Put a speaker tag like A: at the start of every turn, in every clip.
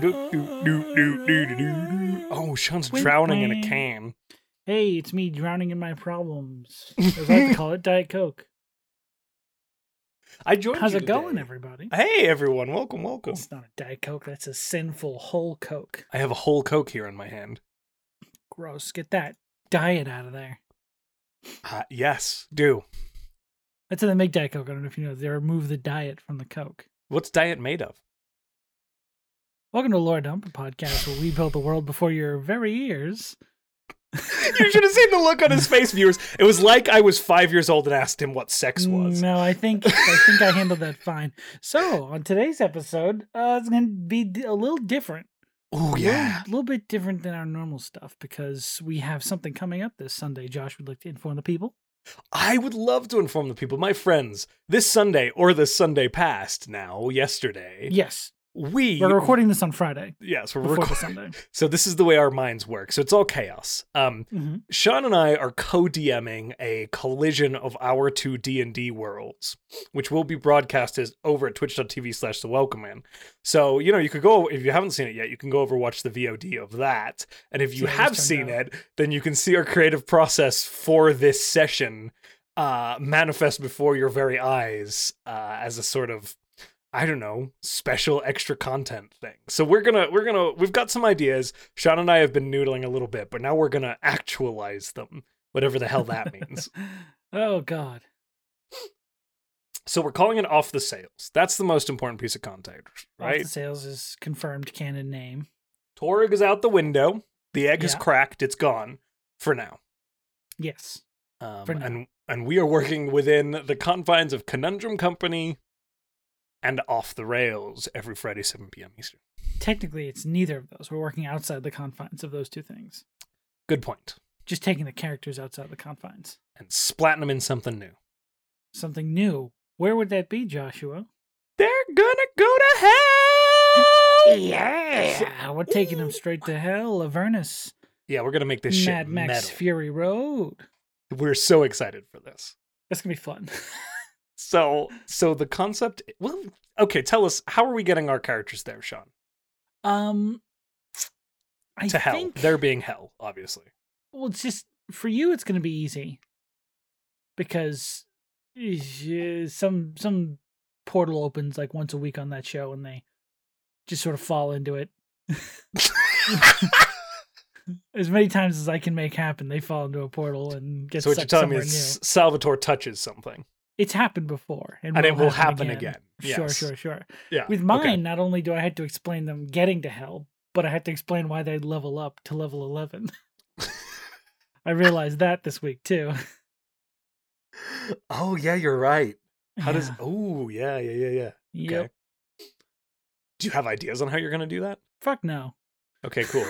A: Doo, doo, doo, doo, doo, doo,
B: Mm.
A: doo. Oh, Sean's
B: Wait,
A: drowning in a
B: wait.
A: can.
B: Hey, it's me drowning in my problems. As I like to call it, Diet Coke.
A: I joined.
B: How's
A: you
B: it going,
A: today.
B: everybody?
A: Hey, everyone! Welcome, welcome.
B: It's not a Diet Coke. That's a sinful whole Coke.
A: I have a whole Coke here in my hand.
B: Gross. Get that diet out of there.
A: Uh, yes, do.
B: That's how they make Diet Coke. I don't know if you know. They remove the diet from the Coke.
A: What's diet made of?
B: Welcome to Lore Dump, a podcast where we build the world before your very ears.
A: you should have seen the look on his face, viewers. It was like I was five years old and asked him what sex was.
B: No, I think I think I handled that fine. So on today's episode, uh, it's going to be d- a little different.
A: Oh
B: A
A: yeah.
B: little, little bit different than our normal stuff because we have something coming up this Sunday. Josh would like to inform the people.
A: I would love to inform the people, my friends, this Sunday or this Sunday past now, yesterday,
B: Yes,
A: we
B: we're recording this on Friday
A: Yes, we're
B: before the
A: recording.
B: Sunday.
A: So this is the way our minds work. So it's all chaos. Um,
B: Mhm.
A: Sean and I are co-DMing a collision of our two D and D worlds, which will be broadcast as over at Twitch.tv/slash The Welcome In. So you know you could go if you haven't seen it yet, you can go over watch the VOD of that, and if you
B: See how
A: have
B: this
A: seen
B: turned
A: it, then you can see our creative process for this session uh, manifest before your very eyes uh, as a sort of I don't know, special extra content thing. So we're gonna we're gonna we've got some ideas. Sean and I have been noodling a little bit, but now we're gonna actualize them, whatever the hell that means.
B: oh God,
A: so we're calling it off the sales. That's the most important piece of content,
B: right?
A: right?
B: the sales is confirmed canon name.
A: Torg is out the window. The egg is
B: Yeah.
A: cracked. It's gone for now.
B: Yes,
A: Um,
B: For now.
A: And and we are working within the confines of Conundrum Company and off the rails every Friday, 7 p.m. Eastern.
B: technically it's neither of those. We're working outside the confines of those two things.
A: Good point.
B: Just taking the characters outside the confines.
A: And splatting them in something new.
B: Something new. Where would that be, Joshua?
A: They're gonna go to hell.
B: Yeah, we're taking them straight to hell, Avernus,
A: Yeah, we're gonna make this
B: Mad
A: shit
B: Max
A: metal.
B: Fury Road.
A: We're so excited for this.
B: That's gonna be fun.
A: So, so the concept. Well, okay, tell us how are we getting our characters there, Sean?
B: Um, I
A: to hell.
B: think
A: They're being hell, obviously.
B: well, it's just for you. It's gonna be easy because eh, some some portal opens like once a week on that show, and they just sort of fall into it as many times as I can make happen. They fall into a portal and get
A: so what you're
B: sucked
A: telling me
B: somewhere
A: is
B: new.
A: Salvatore touches something,
B: It's happened before, and,
A: and it will happen
B: happen
A: again.
B: Sure,
A: Yes.
B: sure, sure.
A: Yeah.
B: With
A: okay.
B: mine, not only do I have to explain them getting to hell, but I have to explain why they level up to level 11. I realized that this week too.
A: Oh yeah, you're right. How does?
B: Yeah.
A: Oh yeah, yeah, yeah, yeah.
B: Yep.
A: Okay. Do you have ideas on how you're gonna do that?
B: Fuck no.
A: Okay, cool.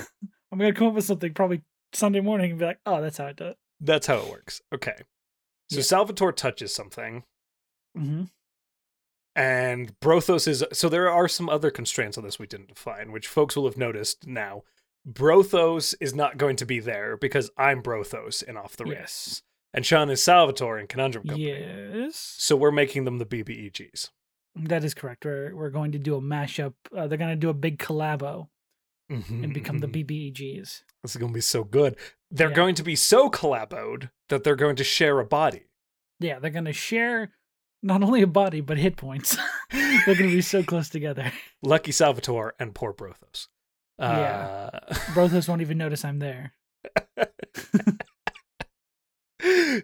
B: I'm going to come up with something probably Sunday morning and be like, oh, that's how I do it.
A: That's how it works. Okay. So
B: Yeah.
A: Salvatore touches something,
B: Mm-hmm.
A: and Brothos is. So there are some other constraints on this we didn't define, which folks will have noticed now. Brothos is not going to be there because I'm Brothos in Off the Rails.
B: Yes.
A: And Sean is Salvatore in Conundrum Company.
B: Yes.
A: So we're making them the E BBEGs.
B: That is correct. We're, we're going to do a mashup. Uh, they're going to do a big collabo and become the E BBEGs.
A: Mm-hmm, This is going to be so good. They're
B: Yeah.
A: going to be so collaboed that they're going to share a body.
B: Yeah, they're going to share not only a body, but hit points. they're going to be so close together.
A: Lucky Salvatore and poor Brothos.
B: Yeah.
A: Uh,
B: Brothos won't even notice I'm there.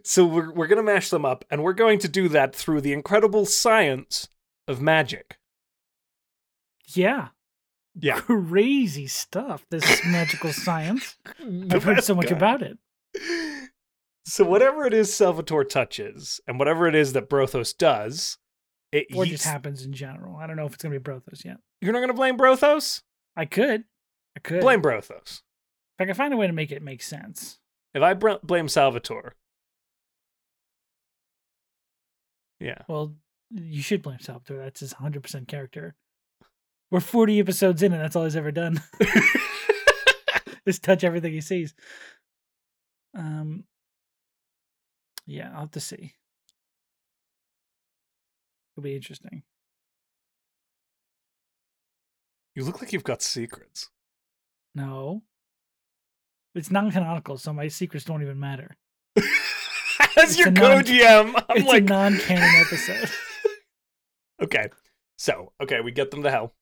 A: so we're we're gonna mash them up, and we're going to do that through the incredible science of magic.
B: Yeah.
A: Yeah.
B: Crazy stuff, this magical science.
A: The
B: I've heard
A: best
B: so much
A: guy.
B: about it.
A: So whatever it is Salvatore touches, and whatever it is that Brothos does, it
B: Or
A: yeets-
B: just happens in general. I don't know if it's going to be Brothos yet.
A: you're not gonna blame Brothos.
B: I could. I could.
A: Blame Brothos.
B: If I can find a way to make it make sense.
A: If I br- blame Salvatore, yeah,
B: Well, you should blame Salvatore. That's his 100% character. We're 40 episodes in, and that's all he's ever done is touch everything he sees. Um, yeah, I'll have to see. It'll be interesting.
A: You look like you've got secrets.
B: No. It's non canonical, so my secrets don't even matter.
A: As
B: It's
A: your
B: a
A: co
B: non-
A: GM, I'm
B: it's
A: like
B: a non canon episode.
A: Okay. So, okay, we get them to hell.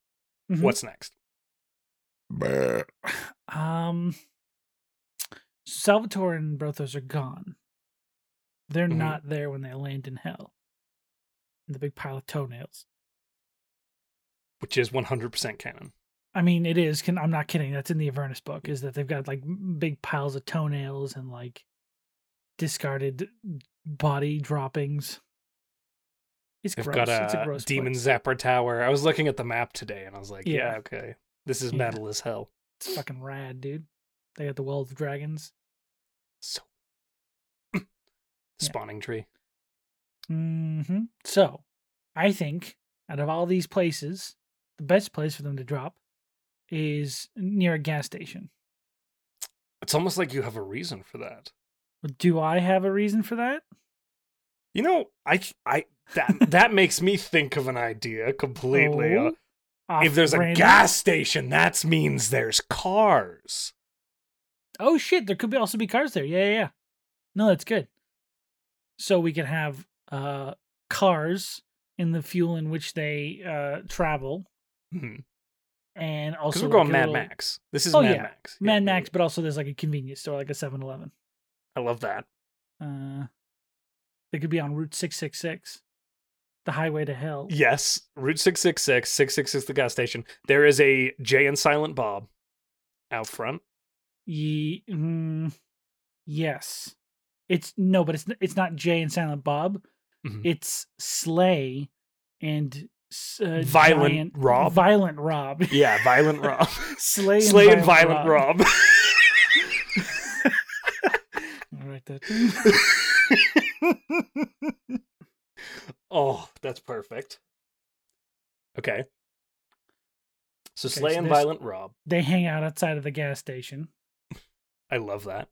B: Mhm.
A: What's next?
B: Um, Salvatore and Brothos are gone. They're
A: Mhm.
B: not there when they land in hell. In the big pile of toenails.
A: Which is 100% canon.
B: I mean, it is. Can, I'm not kidding. That's in the Avernus book. Is that they've got like m- big piles of toenails and like discarded body droppings. It's
A: They've
B: gross.
A: got
B: it's
A: a,
B: a gross
A: demon
B: place.
A: zapper tower. I was looking at the map today and I was like, yeah,
B: Yeah.
A: okay. This is
B: Yeah.
A: metal as hell.
B: It's fucking rad, dude. They got the well of dragons.
A: So
B: Yeah.
A: spawning tree.
B: hmm So, I think out of all these places, the best place for them to drop is near a gas station.
A: It's almost like you have a reason for that.
B: Do I have a reason for that?
A: You know, I I that that makes me think of an idea completely. uh,
B: Oh, off
A: if there's a
B: brand-
A: gas station, that means there's cars.
B: oh shit, there could be also be cars there. Yeah, yeah, yeah. No, that's good. So we can have uh cars in the fuel in which they uh travel,
A: Because
B: and also
A: we're
B: like,
A: going
B: a
A: Mad
B: little-
A: Max. This is
B: Oh,
A: Mad
B: yeah.
A: Max. Yeah,
B: Mad
A: yeah,
B: Max, but also there's like a convenience store, like a 7-Eleven.
A: yeah. I love that.
B: Uh, they could be on Route 666, the highway to hell.
A: Yes, Route 666, 666 the gas station. There is a Jay and Silent Bob out front.
B: Ye- mm, yes. It's no, but it's n- it's not Jay and Silent Bob.
A: Mhm.
B: It's Slay and s- uh,
A: Violent
B: Giant-
A: Rob?
B: Violent Rob.
A: Yeah, Violent Rob.
B: Slay and
A: Slay and
B: Violent
A: Violent Rob.
B: All right, that.
A: oh, that's perfect. Okay. So
B: Okay,
A: Slay
B: so
A: and
B: there's-
A: Violent Rob.
B: They hang out outside of the gas station.
A: I love that.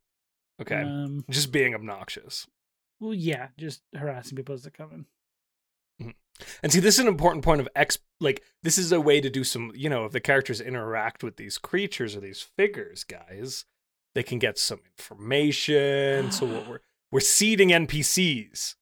A: Okay.
B: Um,
A: Just being obnoxious.
B: well, yeah, just harassing people as they're coming.
A: And see, this is an important point of X. Like, this is a way to do some, you know, if the characters interact with these creatures or these figures, guys, they can get some information. so what we're we're seeding NPCs.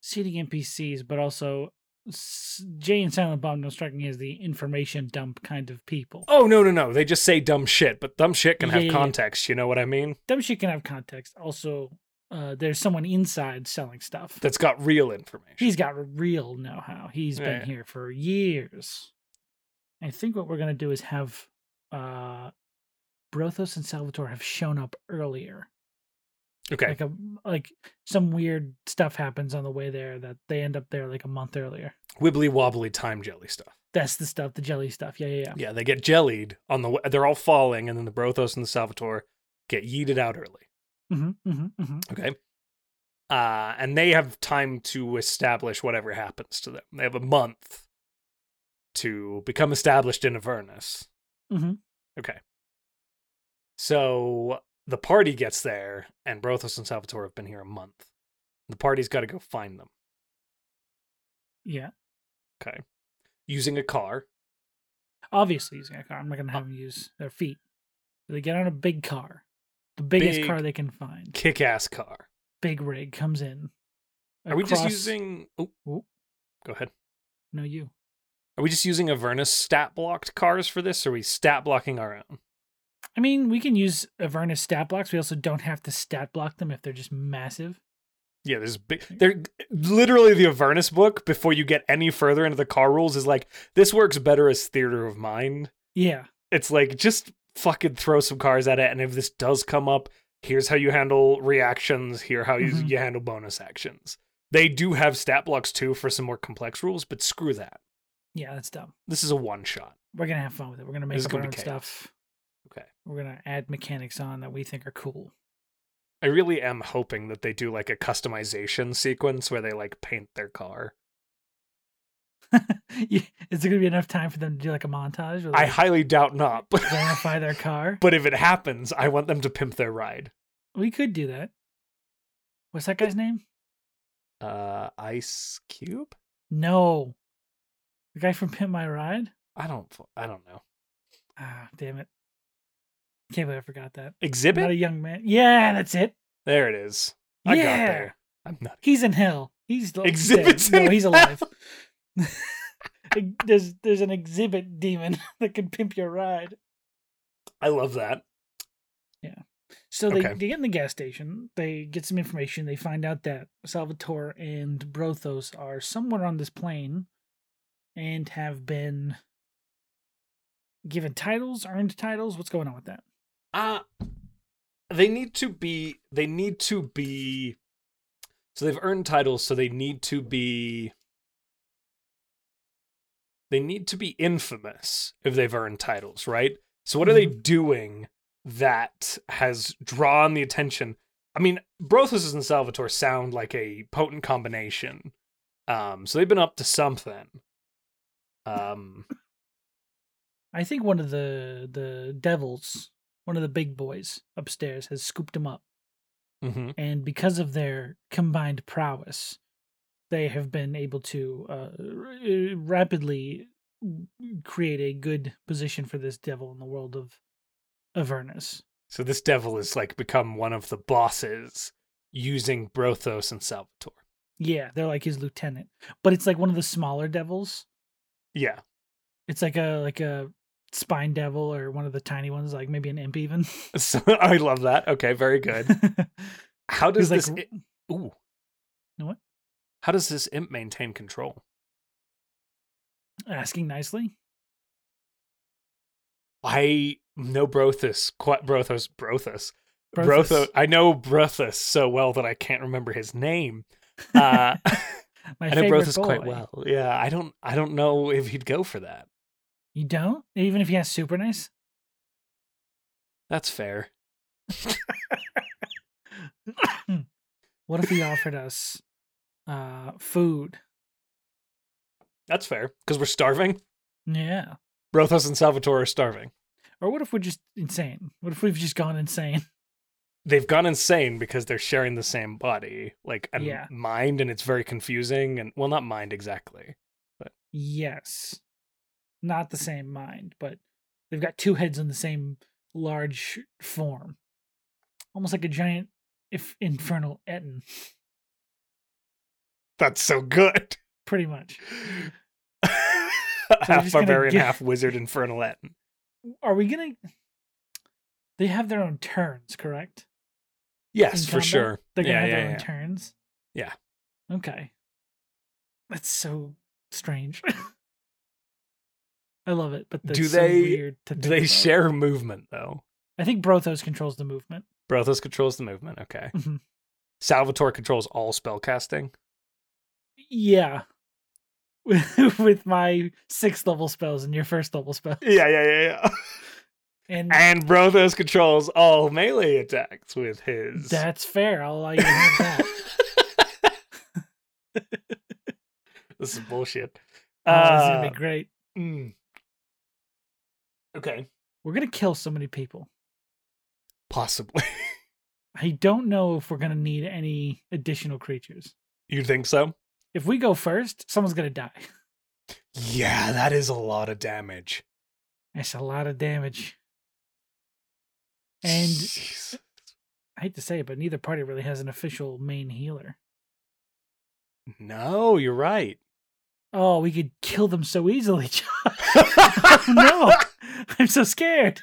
B: seating NPCs, but also s- Jay and Silent Bob don't strike me as the information dump kind of people.
A: Oh no, no, no! They just say dumb shit, but dumb shit can
B: Yeah,
A: have
B: yeah, yeah.
A: context. You know what I mean?
B: Dumb shit can have context. Also, uh, there's someone inside selling stuff.
A: That's got real information.
B: He's got real know-how. He's been
A: Yeah.
B: here for years. I think what we're gonna do is have uh, Brothos and Salvatore have shown up earlier.
A: okay.
B: Like a like some weird stuff happens on the way there that they end up there like a month earlier.
A: Wibbly wobbly time jelly stuff.
B: That's the stuff, the jelly stuff. Yeah, yeah, yeah.
A: Yeah, they get jellied on the. wa- They're all falling, and then the Brothos and the Salvatore get yeeted out early.
B: Mm-hmm, mm-hmm, mm-hmm.
A: Okay. Uh, and they have time to establish whatever happens to them. They have a month to become established in Avernus.
B: Mhm.
A: Okay. So the party gets there, and Brothos and Salvatore have been here a month. The party's got to go find them.
B: Yeah.
A: Okay. Using a car.
B: obviously using a car. I'm not gonna have them use their feet. So they get on a big car, the biggest
A: Big-
B: car they can find.
A: Kick ass car.
B: Big rig comes in.
A: Are we just
B: across-
A: using. Oh,
B: Oh.
A: go ahead.
B: No, you.
A: Are we just using Avernus stat blocked cars for this? Or are we stat blocking our own?
B: I mean, we can use Avernus stat blocks. We also don't have to stat block them if they're just massive.
A: Yeah, there's big. They're literally the Avernus book. Before you get any further into the car rules, is like this works better as theater of mind.
B: Yeah,
A: It's like just fucking throw some cars at it, and if this does come up, here's how you handle reactions. Here how you
B: Mhm.
A: you handle bonus actions. They do have stat blocks too for some more complex rules, but screw that.
B: yeah, that's dumb.
A: This is a one shot.
B: We're gonna have fun with it. We're gonna make
A: This is
B: up
A: gonna
B: our
A: be
B: own
A: chaos.
B: stuff.
A: Okay,
B: We're gonna add mechanics on that we think are cool.
A: I really am hoping that they do like a customization sequence where they like paint their car.
B: Yeah, Is there gonna be enough time for them to do like a montage? Or
A: I
B: like,
A: highly doubt not. but-
B: verify their car.
A: But if it happens, I want them to pimp their ride.
B: We could do that. What's that guy's name?
A: Uh, Ice Cube?
B: No. The guy from Pimp My Ride?
A: I don't. fu- I don't know.
B: Ah, damn it. Can't believe I forgot that.
A: Exhibit.
B: Not a young man. Yeah, that's it.
A: there it is. I
B: yeah.
A: got there. I'm not.
B: He's in hell. He's l-
A: Exhibits
B: dead.
A: in
B: No, he's alive. there's there's an exhibit demon that can pimp your ride.
A: I love that.
B: So they,
A: Okay.
B: they get in the gas station, they get some information, they find out that Salvatore and Brothos are somewhere on this plane and have been given titles, earned titles. What's going on with that?
A: Uh they need to be. They need to be. So they've earned titles. So they need to be. They need to be infamous if they've earned titles, right? So what are they doing that has drawn the attention? I mean, Brothos and Salvatore sound like a potent combination. Um, so they've been up to something. Um,
B: I think one of the the devils, one of the big boys upstairs has scooped him up.
A: mhm.
B: and because of their combined prowess, they have been able to uh, r- rapidly create a good position for this devil in the world of Avernus.
A: So this devil has like become one of the bosses using Brothos and Salvatore.
B: Yeah, they're like his lieutenant, but it's like one of the smaller devils.
A: Yeah.
B: It's like a like a spine devil or one of the tiny ones, like maybe an imp even.
A: So I love that. Okay, very good. How does
B: He's like
A: this
B: r-
A: i- Ooh.
B: No, what?
A: How does this imp maintain control?
B: asking nicely.
A: I know Brothos quite Brothos Brothos.
B: Brothos.
A: Brothos. I know Brothos so well that I can't remember his name. Uh,
B: My
A: I know
B: favorite
A: Brothos quite
B: boy.
A: well. Yeah, I don't. I don't know if he'd go for that.
B: You don't, even if he has super nice.
A: That's fair.
B: what if he offered us uh food?
A: That's fair because we're starving.
B: Yeah.
A: Brothos and Salvatore are starving.
B: Or what if we're just insane? What if we've just gone insane?
A: they've gone insane because they're sharing the same body, like and
B: Yeah.
A: mind, and it's very confusing. And well, not mind exactly.
B: Yes. Not the same mind, but they've got two heads in the same large form. Almost like a giant if infernal Etin,
A: That's so good.
B: pretty much.
A: half
B: just gonna
A: barbarian,
B: get-
A: half wizard, infernal Latin.
B: Are we gonna they have their own turns, correct? in
A: Yes, for
B: combat?
A: sure.
B: They're gonna
A: yeah,
B: have
A: yeah,
B: their own
A: yeah.
B: turns.
A: Yeah.
B: Okay. That's so strange. I love it, but that's
A: Do
B: so
A: they-
B: weird to
A: Do
B: think
A: they
B: about.
A: share movement though?
B: I think Brothos controls the movement.
A: Brothos controls the movement. Okay.
B: Mhm.
A: Salvatore controls all spell casting.
B: Yeah. With my sixth level spells and your first level spell.
A: Yeah, yeah, yeah, yeah.
B: And
A: and Brothos controls all melee attacks with his.
B: that's fair. I'll allow you to have that.
A: this is bullshit.
B: oh, this is
A: Uh,
B: gonna be great.
A: Mm. Okay.
B: We're gonna kill so many people.
A: Possibly.
B: I don't know if we're gonna need any additional creatures.
A: you think so?
B: If we go first, someone's gonna die.
A: Yeah, that is a lot of damage.
B: That's a lot of damage. And
A: Jeez.
B: I hate to say it, but neither party really has an official main healer.
A: no, you're right.
B: Oh, we could kill them so easily, John. no, I'm so scared.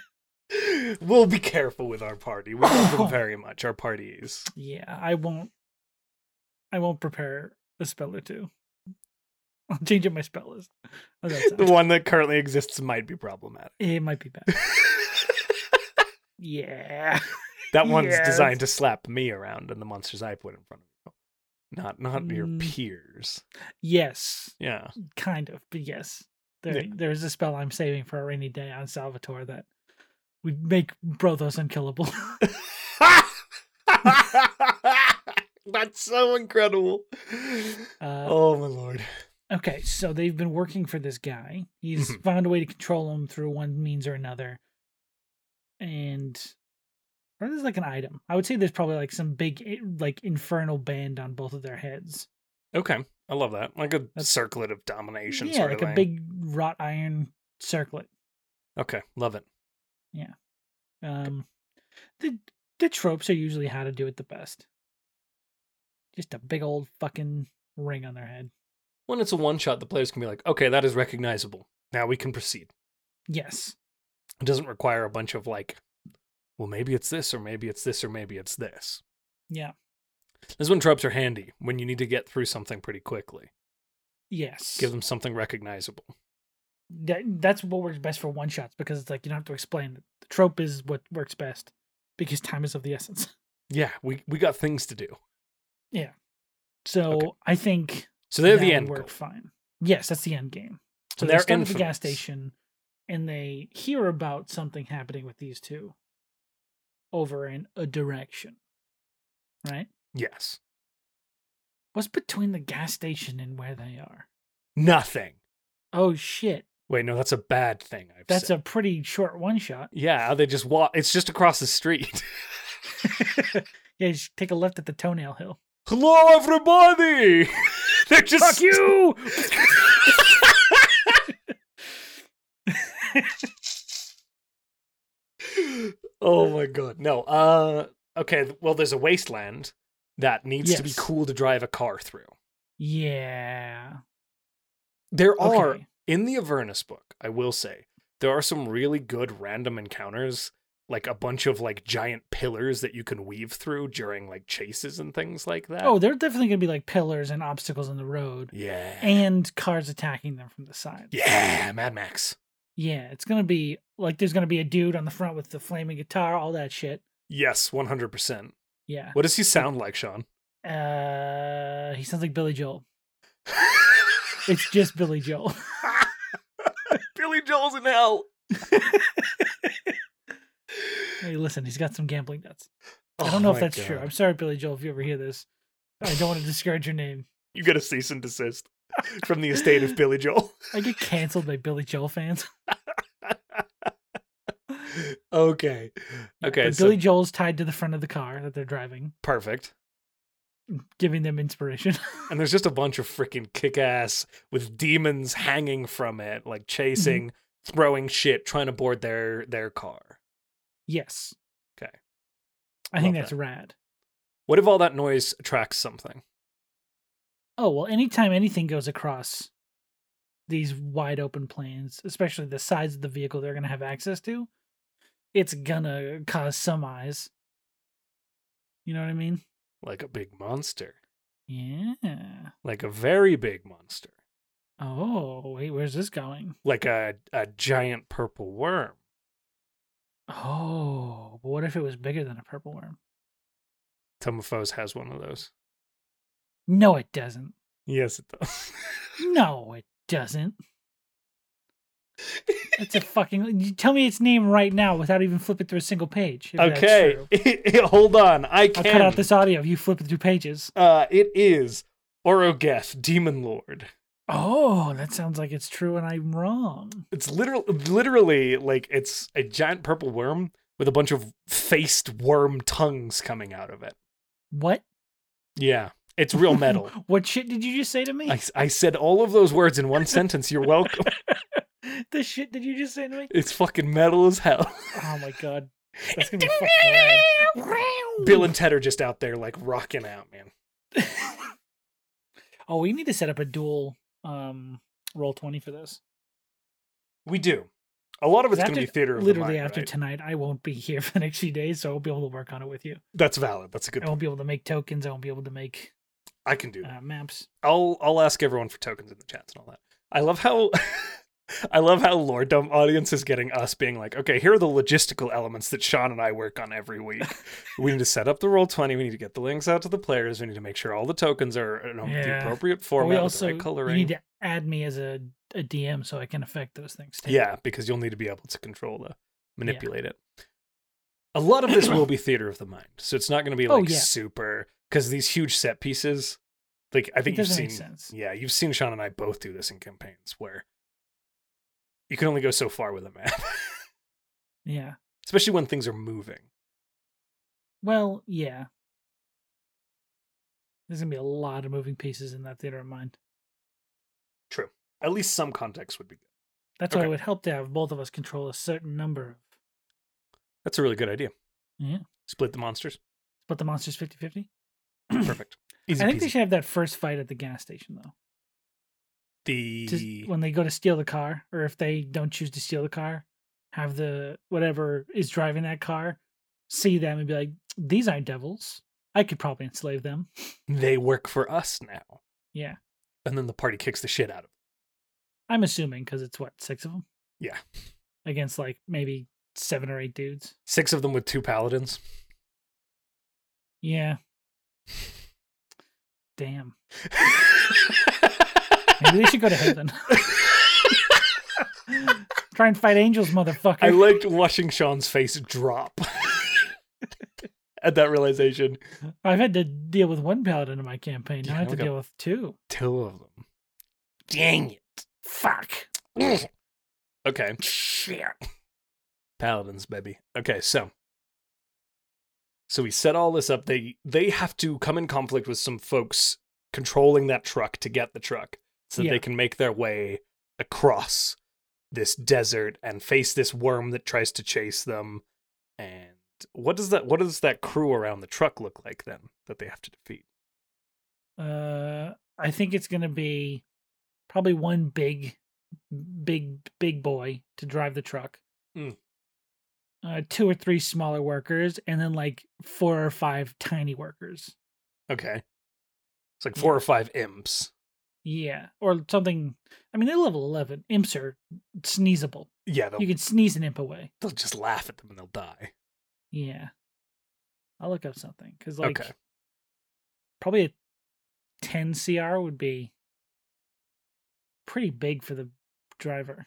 A: We'll be careful with our party. We love them very much. Our party is.
B: Yeah, I won't. I won't prepare a spell or two. I'll change up my spell list. Oh, that's
A: The one that currently exists might be problematic.
B: it might be bad. Yeah,
A: that one's
B: Yes.
A: designed to slap me around and the monsters I put in front of you. Not not your
B: Mm.
A: peers.
B: yes,
A: Yeah.
B: kind of, but yes. There,
A: Yeah.
B: there is a spell I'm saving for a rainy day on Salvatore that would make Brothos unkillable.
A: That's so incredible.
B: uh,
A: Oh my lord.
B: Okay, so they've been working for this guy. He's
A: Mhm.
B: found a way to control him through one means or another. And or eh, there's like an item. I would say there's probably like some big i- like infernal band on both of their heads.
A: Okay. I love that. Like a
B: That's-
A: circlet of domination
B: yeah,
A: sort
B: like
A: of thing.
B: a big wrought iron circlet.
A: Okay. Love it.
B: Um, the the tropes are usually how to do it the best. Just a big old fucking ring on their head.
A: When it's a one shot, the players can be like, okay, that is recognizable. Now we can proceed.
B: Yes,
A: It doesn't require a bunch of like, well, maybe it's this, or maybe it's this, or maybe it's this.
B: yeah,
A: This is when tropes are handy, when you need to get through something pretty quickly.
B: yes.
A: Give them something recognizable.
B: that, that's what works best for one shots because it's like you don't have to explain. The trope is what works best because time is of the essence.
A: Yeah, we, we got things to do.
B: So
A: Okay.
B: I think
A: So they're
B: that
A: the
B: would
A: end.
B: work
A: goal.
B: fine. Yes, that's the end game. So
A: And
B: they're,
A: they're
B: stuck at the gas
A: infamous.
B: station, and they hear about something happening with these two over in a direction, right?
A: Yes.
B: What's between the gas station and where they are?
A: Nothing.
B: Oh shit,
A: Wait, no, that's a bad thing. I've
B: that's
A: said.
B: a pretty short one shot.
A: Yeah, they just walk. It's just across the street.
B: Yeah, just take a left at the toenail hill.
A: Hello, everybody. They're just
B: Fuck you!
A: oh my god. No. Uh. Okay. Well, there's a wasteland that needs to be
B: Yes.
A: cool to drive a car through.
B: Yeah.
A: There are
B: Okay.
A: in the Avernus book. I will say there are some really good random encounters, like a bunch of like giant pillars that you can weave through during like chases and things like that.
B: Oh, they're definitely gonna be like pillars and obstacles in the road.
A: yeah.
B: and cars attacking them from the side.
A: yeah, Mad Max.
B: Yeah, it's gonna be like there's gonna be a dude on the front with the flaming guitar, all that shit.
A: Yes, 100%.
B: Yeah.
A: What does he sound like, Sean?
B: Uh he sounds like Billy Joel. It's just Billy Joel.
A: Billy Joel's in hell.
B: hey, listen, he's got some gambling nuts. I
A: Oh
B: don't know if that's true. I'm sorry, Billy Joel, if you ever hear this. I don't want to discourage your name.
A: You get a cease and desist from the estate of Billy Joel.
B: I get canceled by Billy Joel fans.
A: okay. Okay.
B: But
A: So
B: Billy Joel's tied to the front of the car that they're driving,
A: perfect.
B: giving them inspiration.
A: And there's just a bunch of freaking kick ass with demons hanging from it, like
B: Mm-hmm.
A: chasing, throwing shit, trying to board their their car.
B: yes.
A: Okay.
B: I think
A: Love
B: that's
A: that.
B: rad.
A: What if all that noise attracts something?
B: Oh well, anytime anything goes across these wide open plains, especially the sides of the vehicle they're gonna have access to, it's gonna cause some eyes. You know what I mean?
A: Like a big monster.
B: Yeah.
A: Like a very big monster.
B: Oh wait, where's this going?
A: Like a a giant purple worm.
B: Oh, but what if it was bigger than a purple worm?
A: Tomophos has one of those.
B: No, it doesn't.
A: Yes, it does.
B: No, it doesn't. It's a fucking. You tell me its name right now without even flipping through a single page. if that's
A: okay,
B: true.
A: hold on. I
B: I'll
A: can.
B: cut out this audio of you flipping through pages.
A: Uh, it is Orogeth, Demon Lord.
B: Oh, that sounds like it's true and I'm wrong.
A: It's literally, literally like it's a giant purple worm with a bunch of faced worm tongues coming out of it.
B: What?
A: Yeah, it's real metal.
B: What shit did you just say to me?
A: I, I said all of those words in one sentence. You're welcome.
B: the shit did you just say to me?
A: It's fucking metal as hell.
B: Oh my god. That's gonna be fucking rad.
A: Bill and Ted are just out there like rocking out, man.
B: Oh, we need to set up a dual um roll twenty for this.
A: We do. A lot of it's going
B: After-
A: to be theater. Of the
B: Literally
A: mind,
B: after
A: right?
B: tonight, I won't be here for the next few days, so I'll be able to work on it with you.
A: That's valid. That's a good.
B: I won't be able to make tokens, I won't be able to make
A: I can do that.
B: uh, maps.
A: I'll I'll ask everyone for tokens in the chats and all that. I love how I love how Lord Dump audience is getting us being like, okay, here are the logistical elements that Sean and I work on every week. we need to set up the roll twenty. We need to get the links out to the players. We need to make sure all the tokens are in the
B: Yeah.
A: appropriate
B: But
A: format
B: we
A: with
B: also
A: the right
B: you
A: coloring.
B: need to add me as a, a DM so I can affect those things too.
A: yeah, because you'll need to be able to control the manipulate it. A lot of this will be theater of the mind, so it's not going to be
B: Oh,
A: like
B: yeah.
A: super because these huge set pieces. Like I think
B: it
A: you've
B: doesn't
A: seen
B: make sense.
A: Yeah, you've seen Sean and I both do this in campaigns where you can only go so far with a map,
B: Yeah.
A: especially when things are moving.
B: Well, yeah. There's gonna be a lot of moving pieces in that theater of mind.
A: At least some context would be good.
B: That's why
A: Okay.
B: it would help to have both of us control a certain number of
A: That's a really good idea.
B: Yeah.
A: Split the monsters.
B: but the monsters 50-50.
A: Perfect. Easy
B: I think they
A: peasy.
B: should have that first fight at the gas station though.
A: the
B: to, when they go to steal the car, or if they don't choose to steal the car, have the whatever is driving that car see them and be like, "These aren't devils. I could probably enslave them."
A: they work for us now.
B: Yeah,
A: And then the party kicks the shit out of them.
B: I'm assuming because it's what six of them.
A: Yeah.
B: against like maybe seven or eight dudes.
A: Six of them with two paladins.
B: Yeah. Damn. Maybe they should go to heaven. Try and fight angels, motherfucker.
A: I liked watching Sean's face drop at that realization.
B: I've had to deal with one paladin in my campaign. Now
A: Yeah,
B: I have to
A: look up-
B: deal with two.
A: Two of them. Dang
B: Fuck.
A: it. okay.
B: Shit.
A: Paladins, baby. Okay, so. So we set all this up. They they have to come in conflict with some folks controlling that truck to get the truck so that
B: Yeah.
A: they can make their way across this desert and face this worm that tries to chase them. And what does that what does that crew around the truck look like then that they have to defeat?
B: Uh, I think it's going to be probably one big, big, big boy to drive the truck.
A: Mm.
B: Uh, two or three smaller workers, and then like four or five tiny workers.
A: Okay. It's like four or five imps.
B: Yeah, or something. I mean, they're level eleven. Imps are sneezable.
A: Yeah, they'll,
B: You can sneeze an imp away.
A: they'll just laugh at them and they'll die.
B: Yeah, I'll look up something because like
A: Okay.
B: probably a ten CR would be pretty big for the driver.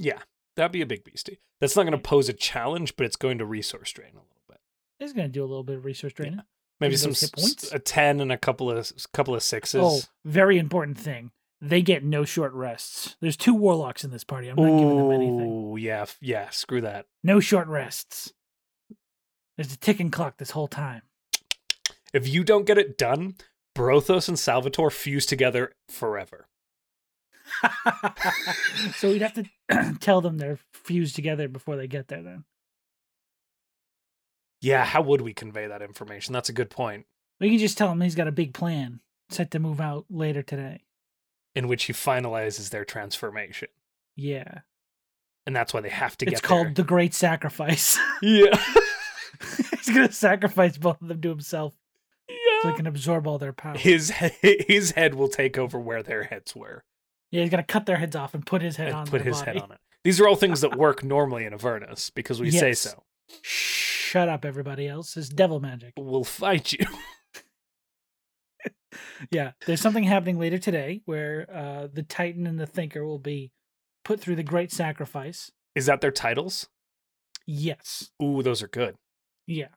A: Yeah, that'd be a big beastie. That's not going to pose a challenge, but it's going to resource drain a little bit.
B: It's gonna do a little bit of resource training.
A: Maybe
B: Use
A: some
B: those hit
A: s-
B: points?
A: a ten and a couple of couple of sixes.
B: Oh, very important thing. They get no short rests. There's two warlocks in this party. I'm not giving them anything.
A: Ooh, yeah, f- yeah. Screw that.
B: No short rests. There's a ticking clock this whole time.
A: If you don't get it done, Brothos and Salvatore fuse together forever.
B: so we'd have to tell them they're fused together before they get there then.
A: Yeah, how would we convey that information? That's a good point.
B: We can just tell him he's got a big plan set to move out later today.
A: In which he finalizes their transformation,
B: Yeah.
A: and that's why they have to
B: It's
A: get
B: called
A: there.
B: the great sacrifice.
A: yeah,
B: he's going to sacrifice both of them to himself so he
A: yeah.
B: can absorb all their power.
A: His he- his head will take over where their heads were.
B: yeah, he's going to cut their heads off and put his head on
A: and put
B: their
A: his head
B: body.
A: on it. These are all things that work normally in Avernus because we say
B: Yes.
A: so.
B: Shut up, everybody else. It's devil magic.
A: We'll fight you.
B: Yeah, there's something happening later today where uh, the Titan and the Thinker will be put through the great sacrifice.
A: Is that their titles?
B: Yes.
A: Ooh, those are good.
B: Yeah.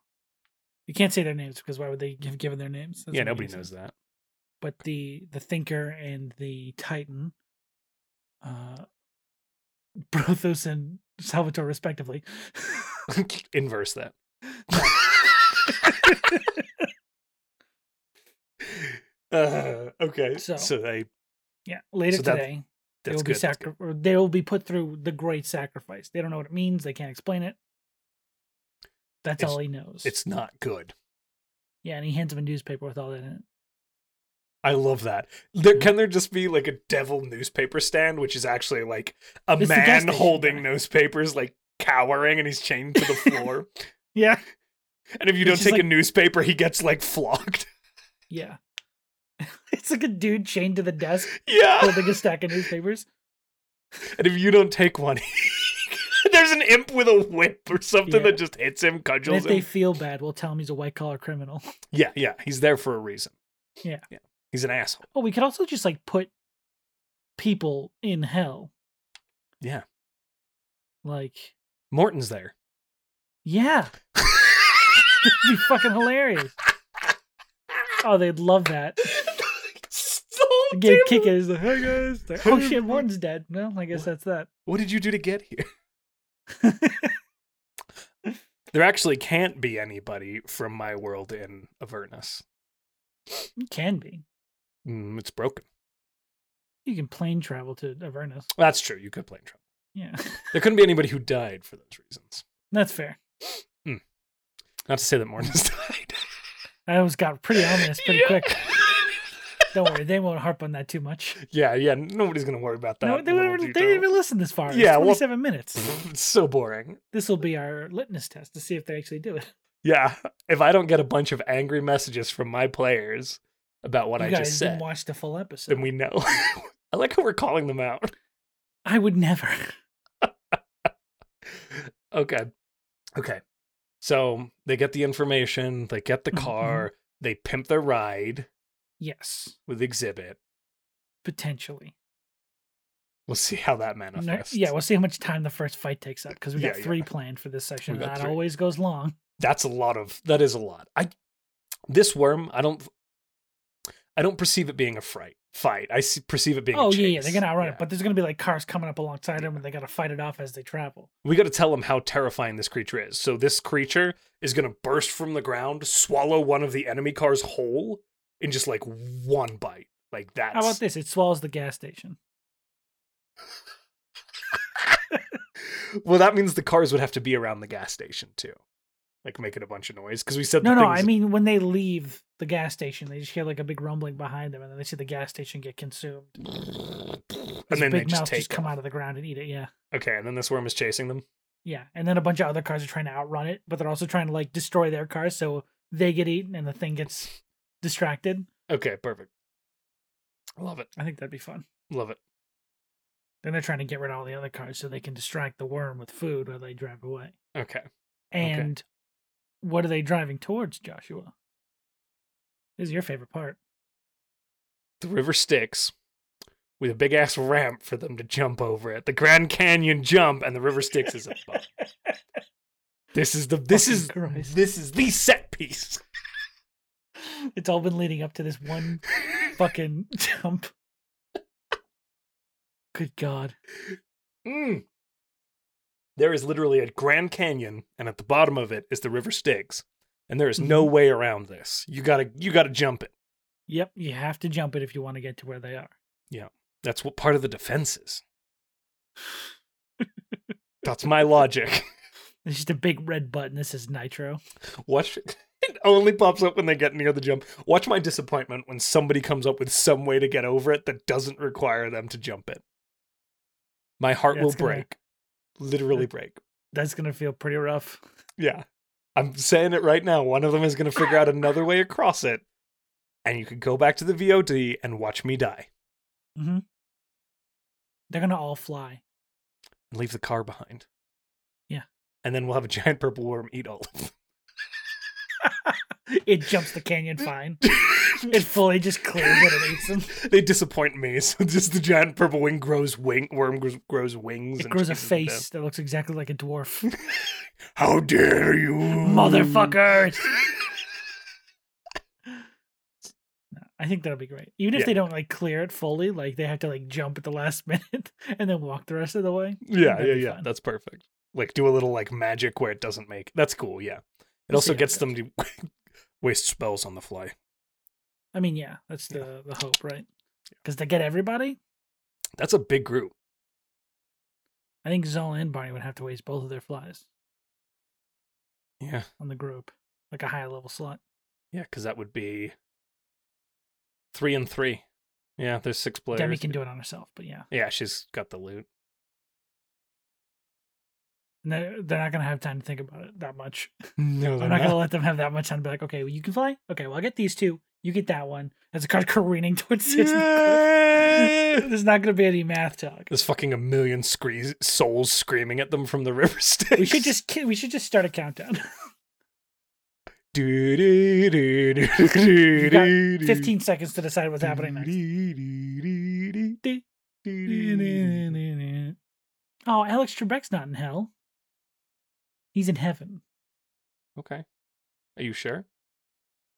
B: You can't say their names because why would they have given their names? Doesn't
A: yeah,
B: make
A: nobody
B: any
A: knows
B: sense.
A: that.
B: But the the thinker and the titan, uh, Brothos and Salvatore respectively,
A: Inverse that. Uh, okay. So,
B: So-
A: they
B: yeah, later
A: So that-
B: today they
A: that's
B: will
A: good.
B: be
A: that's good.
B: sacri- or they will be put through the great sacrifice. They don't know what it means. They can't explain it. That's
A: It's-
B: all he knows.
A: It's not good.
B: yeah, and he hands him a newspaper with all that in it.
A: I love that.
B: Mm-hmm.
A: There can there just be like a devil newspaper stand, which is actually like a
B: It's the gas
A: man
B: station
A: holding
B: guy.
A: newspapers, like cowering, and he's chained to the floor.
B: Yeah,
A: and if you
B: It's
A: don't
B: just
A: take
B: like-
A: a newspaper, he gets like flogged.
B: yeah. it's like a dude chained to the desk
A: yeah.
B: holding a stack of newspapers.
A: And if you don't take one, there's an imp with a whip or something
B: Yeah.
A: that just hits him,
B: And
A: cudgels
B: if
A: him.
B: they feel bad, we'll tell him he's a white collar criminal.
A: Yeah, yeah, he's there for a reason.
B: Yeah.
A: yeah, he's an asshole.
B: Oh, we could also just like put people in hell.
A: Yeah.
B: Like,
A: Morton's there.
B: yeah, it'd be fucking hilarious. Oh, they'd love that.
A: So
B: Get
A: damn-
B: kick it is the hey guys. Like, oh shit, Morton's dead. Well, I guess that's that.
A: What did you do to get here? There actually can't be anybody from my world in Avernus.
B: It can be.
A: Mm, it's broken.
B: You can plane travel to Avernus.
A: That's true. You could plane travel.
B: Yeah,
A: There couldn't be anybody who died for those reasons.
B: that's fair.
A: Not to say that Mornus died.
B: I almost got pretty ominous pretty
A: Yeah.
B: quick. Don't worry, they won't harp on that too much.
A: Yeah, yeah. Nobody's gonna worry about that.
B: no, they,
A: little
B: wouldn't- they
A: detail.
B: didn't even listen this far.
A: Yeah,
B: Yeah,
A: well-
B: twenty-seven minutes.
A: It's so boring.
B: This will be our litmus test to see if they actually do it.
A: Yeah, if I don't get a bunch of angry messages from my players about what
B: you
A: I
B: guys
A: just
B: didn't
A: said,
B: watch the full episode.
A: then we know. I like how we're calling them out.
B: I would never.
A: Okay, okay. So they get the information. They get the
B: Mhm,
A: car. They pimp their ride
B: Yes,
A: with exhibit.
B: potentially.
A: We'll see how that
B: No-
A: manifests.
B: yeah, we'll see how much time the first fight takes up because we got
A: Yeah, yeah.
B: three planned for this section.
A: We
B: and
A: got
B: that
A: three.
B: always goes long.
A: that's a lot of that is a lot i this worm i don't i don't perceive it being a fright fight i see, perceive it being
B: Oh
A: a
B: yeah, yeah, they're
A: chase.
B: gonna outrun
A: Yeah.
B: it, but there's gonna be like cars coming up alongside them, and they gotta fight it off as they travel.
A: we got to tell them how terrifying this creature is so this creature is gonna burst from the ground swallow one of the enemy cars whole in just like one bite like that's
B: How about this? It swallows the gas station.
A: well that means the cars would have to be around the gas station too like making a bunch of noise because we said
B: No,
A: the
B: no,
A: things-
B: I mean when they leave the gas station, they just hear like a big rumbling behind them, and then they see the gas station get consumed.
A: and
B: This
A: then they
B: big
A: just
B: mouth
A: take
B: just come
A: off.
B: out of the ground and eat it. Yeah,
A: okay and then this worm is chasing them
B: yeah, and then a bunch of other cars are trying to outrun it, but they're also trying to like destroy their cars, so they get eaten and the thing gets distracted.
A: okay perfect love it
B: I think that'd be fun.
A: love it
B: Then they're trying to get rid of all the other cars so they can distract the worm with food while they drive away.
A: okay Okay.
B: And what are they driving towards, Joshua? This is your favorite part.
A: the river Styx with a big ass ramp for them to jump over it. The Grand Canyon jump and the river Styx is above. this is the this
B: Fucking
A: is
B: Christ.
A: this is the set piece.
B: It's all been leading up to this one fucking jump. Good God.
A: Mm. There is literally a Grand Canyon and at the bottom of it is the river Styx and there is no
B: Mm-hmm.
A: way around this. You got to you got to jump it.
B: Yep, you have to jump it if you want to get to where they are.
A: That's what part of the defense is. That's my logic.
B: It's just a big red button. This is Nitro.
A: Watch it only pops up when they get near the jump. Watch my disappointment when somebody comes up with some way to get over it that doesn't require them to jump it. My heart
B: Yeah,
A: will
B: it's gonna-
A: break. Literally break.
B: That's going to feel pretty rough.
A: Yeah. I'm saying it right now. One of them is going to figure out another way across it. And you could go back to the VOD and watch me die
B: They're going to all fly.
A: and leave the car behind.
B: Yeah.
A: And then we'll have a giant purple worm eat all of them.
B: It jumps the canyon fine. It fully just clears it and eats them.
A: they disappoint me. So just the giant purple wing grows wing worm grows, grows wings.
B: It
A: and
B: grows a
A: chases them down.
B: face that looks exactly like a dwarf.
A: How dare you,
B: Motherfuckers! I think that'll be great. Even if
A: Yeah.
B: they don't like clear it fully, like they have to like jump at the last minute and then walk the rest of the way.
A: Yeah,
B: That'd
A: yeah,
B: be
A: yeah.
B: fun.
A: That's perfect. Like do a little like magic where it doesn't make. That's cool. Yeah. It
B: We'll see
A: also
B: how it
A: gets them to waste spells on the fly.
B: I mean, yeah, that's the the hope, right? Because they get everybody.
A: That's a big group.
B: I think Zola and Barney would have to waste both of their flies
A: Yeah,
B: on the group, like a high level slot.
A: yeah. Because that would be three and three. Yeah, there's six players.
B: Demi can do it on herself, but yeah,
A: Yeah, she's got the loot.
B: and they're, they're not gonna have time to think about it that much.
A: No,
B: I'm not gonna let them have that much time to be like, okay, well, you can fly. Okay, well, I get these two. You get that one. As the car careening towards it. There's not going to be any math talk.
A: There's fucking a million scree- souls screaming at them from the river sticks.
B: We should just ki- we should just start a countdown.
A: Do, do, do, do, do,
B: got
A: do, do.
B: 15 seconds to decide what's happening next.
A: next.
B: Oh, Alex Trebek's not in hell. He's in heaven.
A: Okay. Are you sure?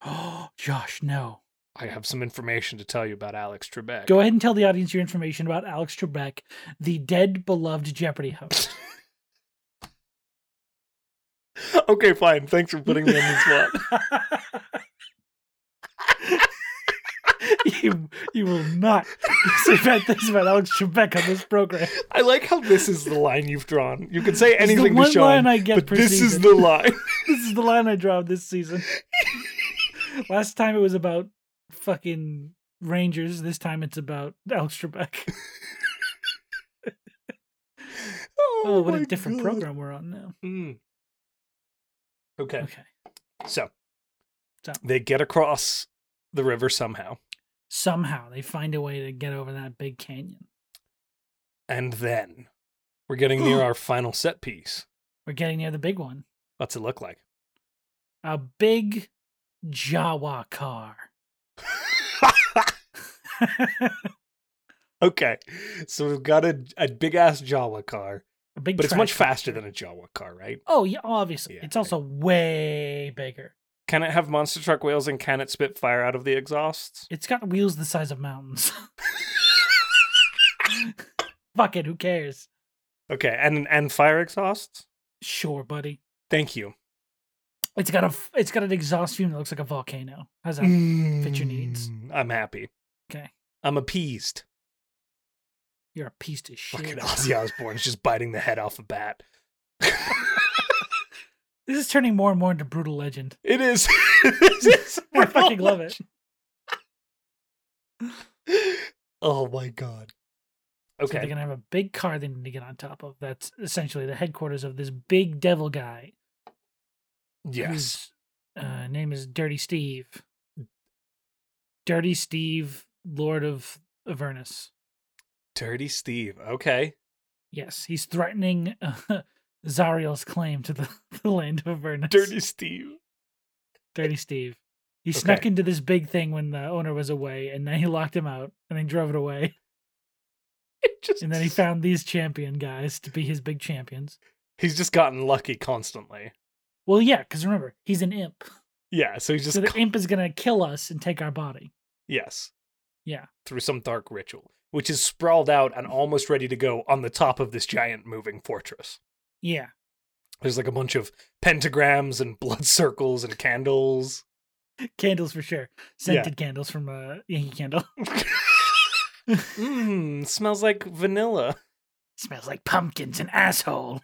B: Oh, Josh, no.
A: I have some information to tell you about Alex Trebek.
B: Go ahead and tell the audience your information about Alex Trebek, the dead beloved Jeopardy host.
A: Okay, fine. Thanks for putting me on the spot.
B: you you will not say bad things about Alex Trebek on this program.
A: I like how this is the line you've drawn. You could say
B: It's
A: anything
B: the one
A: to Sean,
B: line I get
A: but
B: per
A: this is
B: season.
A: the line.
B: this is the line I draw this season. Last time it was about fucking Rangers. This time it's about Alex Trebek.
A: Oh,
B: Oh, what
A: my
B: a different
A: God.
B: program we're on now.
A: Mm. Okay,
B: Okay.
A: so
B: So.
A: they get across the river somehow,
B: Somehow they find a way to get over that big canyon.
A: and then we're getting near our final set piece.
B: We're getting near the big one.
A: What's it look like?
B: A big Jawa car.
A: okay, so we've got a, a big ass Jawa car,
B: a big
A: but it's
B: trash
A: much
B: car.
A: faster than a Jawa car, right?
B: Oh yeah, obviously.
A: Yeah,
B: it's also way bigger.
A: Can it have monster truck wheels and can it spit fire out of the exhausts?
B: It's got wheels the size of mountains. Fuck it, who cares?
A: Okay, and and fire exhausts.
B: Sure, buddy.
A: Thank you.
B: It's got a f- it's got an exhaust fume that looks like a volcano. How's that? fit your needs?
A: Mm, I'm happy.
B: Okay.
A: I'm appeased.
B: You're a piece of shit.
A: Fucking Ozzy Osbourne's just biting the head off a bat.
B: This is turning more and more into brutal legend.
A: It is. it's
B: I fucking love it.
A: Oh my god.
B: So they're
A: Okay.
B: gonna have a big car they need to get on top of. That's essentially the headquarters of this big devil guy.
A: Yes.
B: whose, uh, name is Dirty Steve. Dirty Steve, Lord of Avernus.
A: Dirty Steve. Okay.
B: Yes, he's threatening uh, Zariel's claim to the, the land of Avernus.
A: Dirty Steve.
B: Dirty Steve. He snuck
A: Okay.
B: into this big thing when the owner was away, and then he locked him out, and then drove it away,
A: It just,
B: and then he found these champion guys to be his big champions.
A: He's just gotten lucky constantly.
B: Well, yeah, because remember, he's an imp,
A: Yeah. So he's just.
B: so the
A: con-
B: imp is gonna kill us and take our body.
A: yes.
B: Yeah.
A: Through some dark ritual, which is sprawled out and almost ready to go on the top of this giant moving fortress.
B: Yeah,
A: There's like a bunch of pentagrams and blood circles and candles.
B: candles for sure, scented candles from a Yankee candle.
A: Mmm, smells like vanilla.
B: Smells like pumpkins and asshole.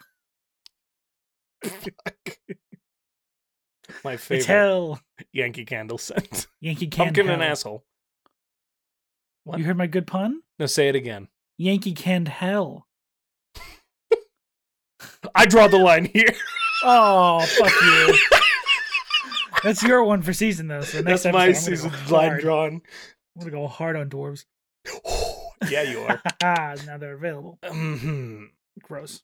A: My
B: It's
A: favorite
B: hell.
A: Yankee candle scent.
B: Yankee can
A: Pumpkin
B: hell.
A: and asshole. What?
B: You heard my good pun?
A: No, say it again.
B: Yankee canned hell.
A: I draw the line here.
B: Oh, fuck you. That's your one for season though. So next
A: That's my
B: episode, I'm
A: season
B: gonna go
A: line
B: hard.
A: drawn.
B: I'm gonna go hard on dwarves.
A: yeah, you are.
B: now they're available.
A: Mhm.
B: Gross.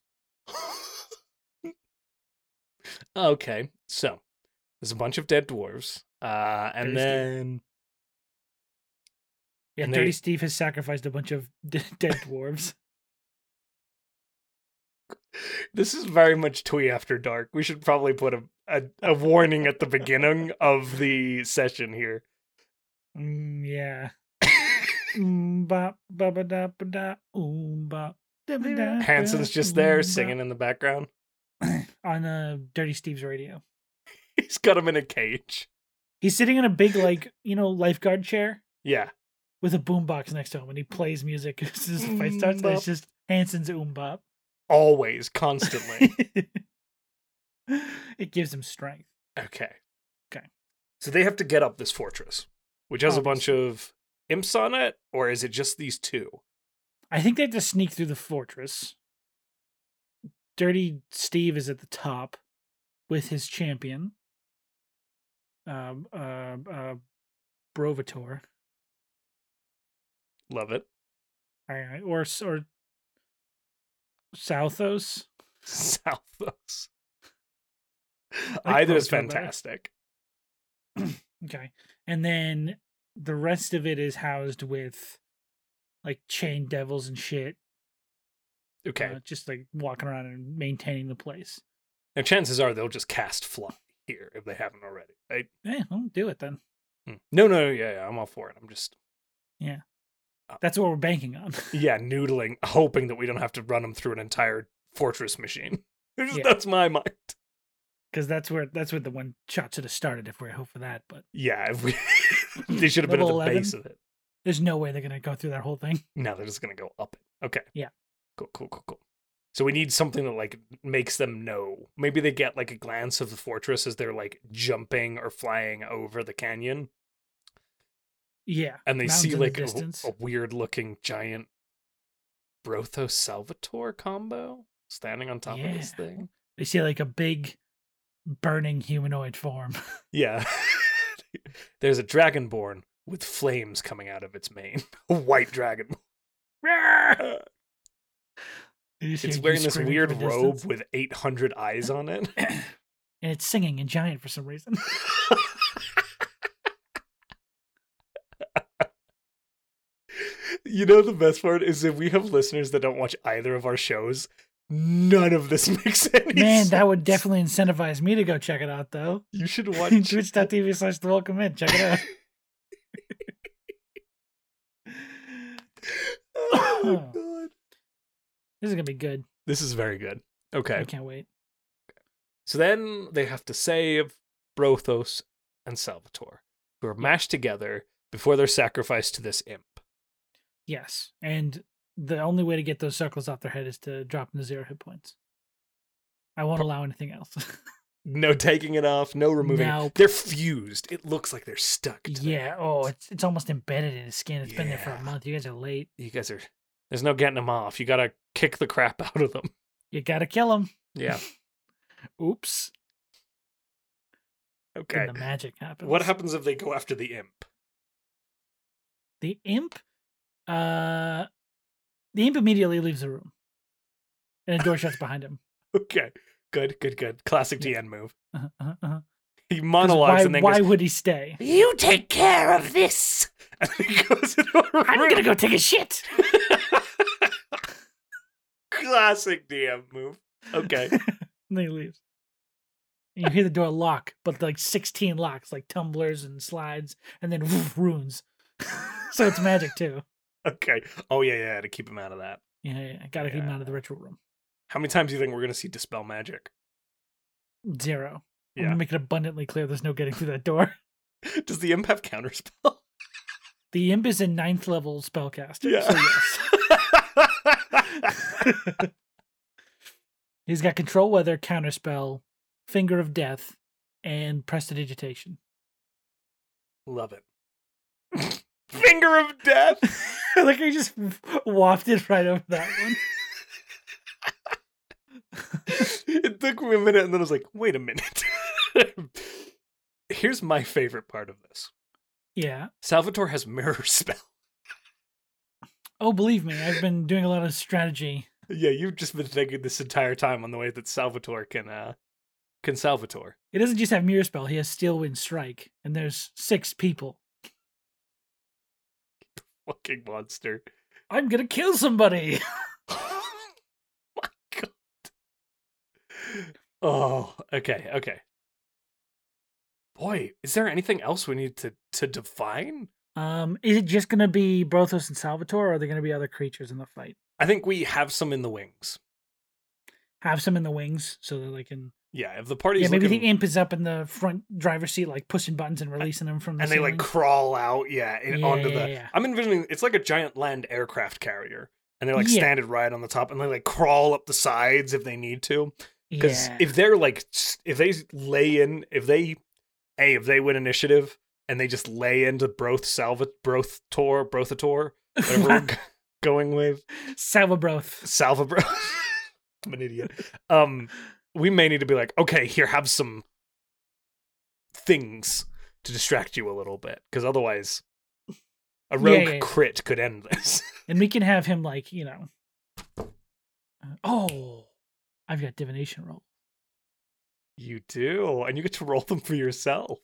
A: okay, so there's a bunch of dead dwarves, uh, and
B: Thirsty.
A: then
B: Yeah,
A: And
B: Dirty
A: they-
B: Steve has sacrificed a bunch of d- dead dwarves.
A: This is very much Twee After Dark. We should probably put a, a, a warning at the beginning of the session here.
B: Mm, yeah. Mm, bop, ba ba da ba da. Oom bop. da, ba, da,
A: Hanson's
B: da,
A: just there
B: oom,
A: singing in the background.
B: bop. on uh, Dirty Steve's radio.
A: He's got him in a cage.
B: He's sitting in a big like you know lifeguard chair
A: Yeah.
B: with a boombox next to him, and he plays music as his fight
A: Oom
B: starts. And
A: bop.
B: it's just Hanson's oom bop.
A: Always, constantly.
B: it gives him strength.
A: okay.
B: Okay.
A: So they have to get up this fortress, which has a bunch of imps on it, or is it just these two?
B: I think they have to sneak through the fortress. Dirty Steve is at the top with his champion, um, uh, uh, Brovator,
A: Love it.
B: or or or Southos.
A: Southos.
B: like
A: Either is
B: Brovator better.
A: fantastic.
B: Okay, and then the rest of it is housed with like chain devils and shit,
A: Okay.
B: uh, just like walking around and maintaining the place.
A: Now, chances are they'll just cast fly here if they haven't already, right?
B: Yeah, I'll do it then.
A: Hmm. No, no, yeah, yeah, I'm all for it. I'm just,
B: That's what we're banking on.
A: yeah, noodling, hoping that we don't have to run them through an entire fortress machine. Just-
B: Yeah.
A: That's my mind.
B: because that's where that's where the one shot should have started if we're hoping for that. But
A: Yeah, if we, they should have been at the
B: Level 11?
A: base of it.
B: There's no way they're gonna go through that whole thing.
A: No, they're just gonna go up it. Okay.
B: Yeah.
A: Cool, cool, cool, cool. So we need something that like makes them know. Maybe they get like a glance of the fortress as they're like jumping or flying over the canyon,
B: Yeah.
A: and they
B: mountains
A: see
B: in the
A: like a,
B: distance.
A: weird looking giant Brotho Salvatore combo standing on top of this
B: Yeah.
A: thing.
B: They see like a big burning humanoid form.
A: Yeah. There's a dragonborn with flames coming out of its mane. A white dragon.
B: You just
A: It's
B: hear
A: wearing
B: you
A: this
B: screaming
A: weird
B: from a
A: robe
B: distance,
A: with 800 eyes on it.
B: and it's singing in giant for some reason.
A: you know the best part is if we have listeners that don't watch either of our shows, none of this makes any
B: Man,
A: sense.
B: that would definitely incentivize me to go check it out though.
A: you should watch
B: Twitch.tv slash the welcome in. Check it out.
A: Oh my god.
B: This is gonna be good.
A: This is very good. Okay.
B: I can't wait.
A: So then they have to save Brothos and Salvatore, who are mashed together before they're sacrificed to this imp.
B: Yes. And the only way to get those circles off their head is to drop them to zero hit points. I won't allow anything else.
A: No taking it off, no removing it.
B: Nope.
A: They're fused. It looks like they're stuck. to their
B: yeah. Oh, it's it's almost embedded in his skin. It's been there for
A: Yeah.
B: a month. You guys are late.
A: you guys are there's no getting them off you gotta kick the crap out of them
B: You gotta kill him.
A: yeah
B: Oops.
A: okay
B: And the magic happens.
A: what happens if they go after the imp
B: The imp. Uh, the imp immediately leaves the room, and the door shuts behind him.
A: okay good good good classic dn move
B: Uh-huh, uh-huh, uh-huh. 'Cause
A: he monologues
B: why,
A: and then
B: why
A: goes
B: would he stay?
A: you take care of this and he goes into a room.
B: I'm gonna go take a shit.
A: classic dm move okay
B: and then he leaves. And you hear the door lock, but like 16 locks, like tumblers and slides, and then woof, runes. so it's magic too.
A: okay oh yeah yeah to keep him out of that
B: Yeah, yeah, yeah. gotta keep him out of the ritual room.
A: how many times do you think we're gonna see dispel magic
B: Zero. I'm
A: Yeah.
B: gonna make it abundantly clear there's no getting through that door.
A: does the imp have counterspell
B: The imp is a ninth level spellcaster.
A: Yeah.
B: So yes. He's got control weather, counterspell, finger of death, and prestidigitation.
A: Love it. Finger of death.
B: like I just wafted right over that one.
A: it took me a minute, and then I was like, wait a minute. Here's my favorite part of this
B: Yeah.
A: Salvatore has mirror spell.
B: Oh, believe me, I've been doing a lot of strategy.
A: Yeah, you've just been thinking this entire time on the way that Salvatore can, uh, can Salvatore.
B: He doesn't just have mirror spell; he has steel wind strike, and there's six people.
A: Fucking monster.
B: I'm gonna kill somebody.
A: my god. Oh, okay, okay. Boy, is there anything else we need to to define?
B: Um, is it just gonna be Brothos and Salvatore, or are there gonna be other creatures in the fight?
A: I think we have some in the wings.
B: Have some in the wings so that they can.
A: Yeah, if the party's
B: yeah, maybe
A: looking-
B: the imp is up in the front driver's seat, like pushing buttons and releasing them from. The
A: and they like
B: ceiling.
A: crawl out, yeah, and
B: Yeah,
A: onto
B: yeah,
A: the.
B: yeah.
A: I'm envisioning it's like a giant land aircraft carrier, and they're like
B: Yeah.
A: standing right on the top, and they like crawl up the sides if they need to. Because
B: yeah.
A: if they're like, s- if they lay in, if they, a, if they win initiative and they just lay into Broth Salva Broth Tor Brothator, whatever we're g- going with
B: Salvabroth.
A: Salva Bro. I'm an idiot. Um, we may need to be like, okay, here, have some things to distract you a little bit, because otherwise, a
B: Yeah,
A: rogue
B: yeah, yeah.
A: crit could end this.
B: and we can have him like you know. Uh, oh, I've got divination roll.
A: you do, and you get to roll them for yourself.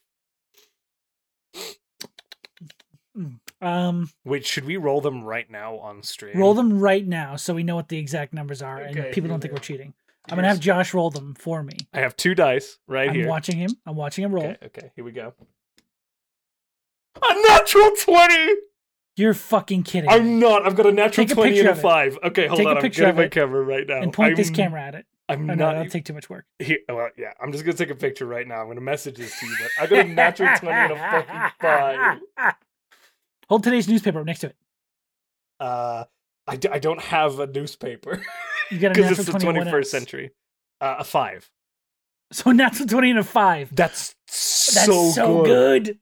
B: Um,
A: Wait, should we roll them right now on stream?
B: roll them right now so we know what the exact numbers are
A: Okay,
B: and people don't
A: here
B: think
A: we
B: we're
A: are.
B: cheating. I'm gonna have Josh roll them for me.
A: I have two dice right
B: I'm
A: here.
B: watching him. I'm watching him roll.
A: Okay, okay, here we go. A natural twenty.
B: You're fucking kidding.
A: I'm not. I've got a natural
B: Take a
A: twenty and
B: picture
A: a
B: of it.
A: five. Okay, hold
B: Take a
A: on. I'm
B: picture
A: getting
B: of
A: my
B: it
A: camera right now.
B: and point this
A: I'm-
B: camera at it.
A: I'm
B: Oh, no,
A: not. e-,
B: that'll take too much work.
A: Here, oh, well, yeah, I'm just gonna take a picture right now. I'm gonna message this to you, but I got a natural 20 and a fucking five.
B: Hold today's newspaper up next to it.
A: Uh, I, d- I don't have a newspaper
B: You got a
A: because
B: natural
A: it's the
B: 21
A: 21st
B: else.
A: century. Uh, a five.
B: So natural 20 and a 5.
A: That's
B: That's
A: so,
B: so, good.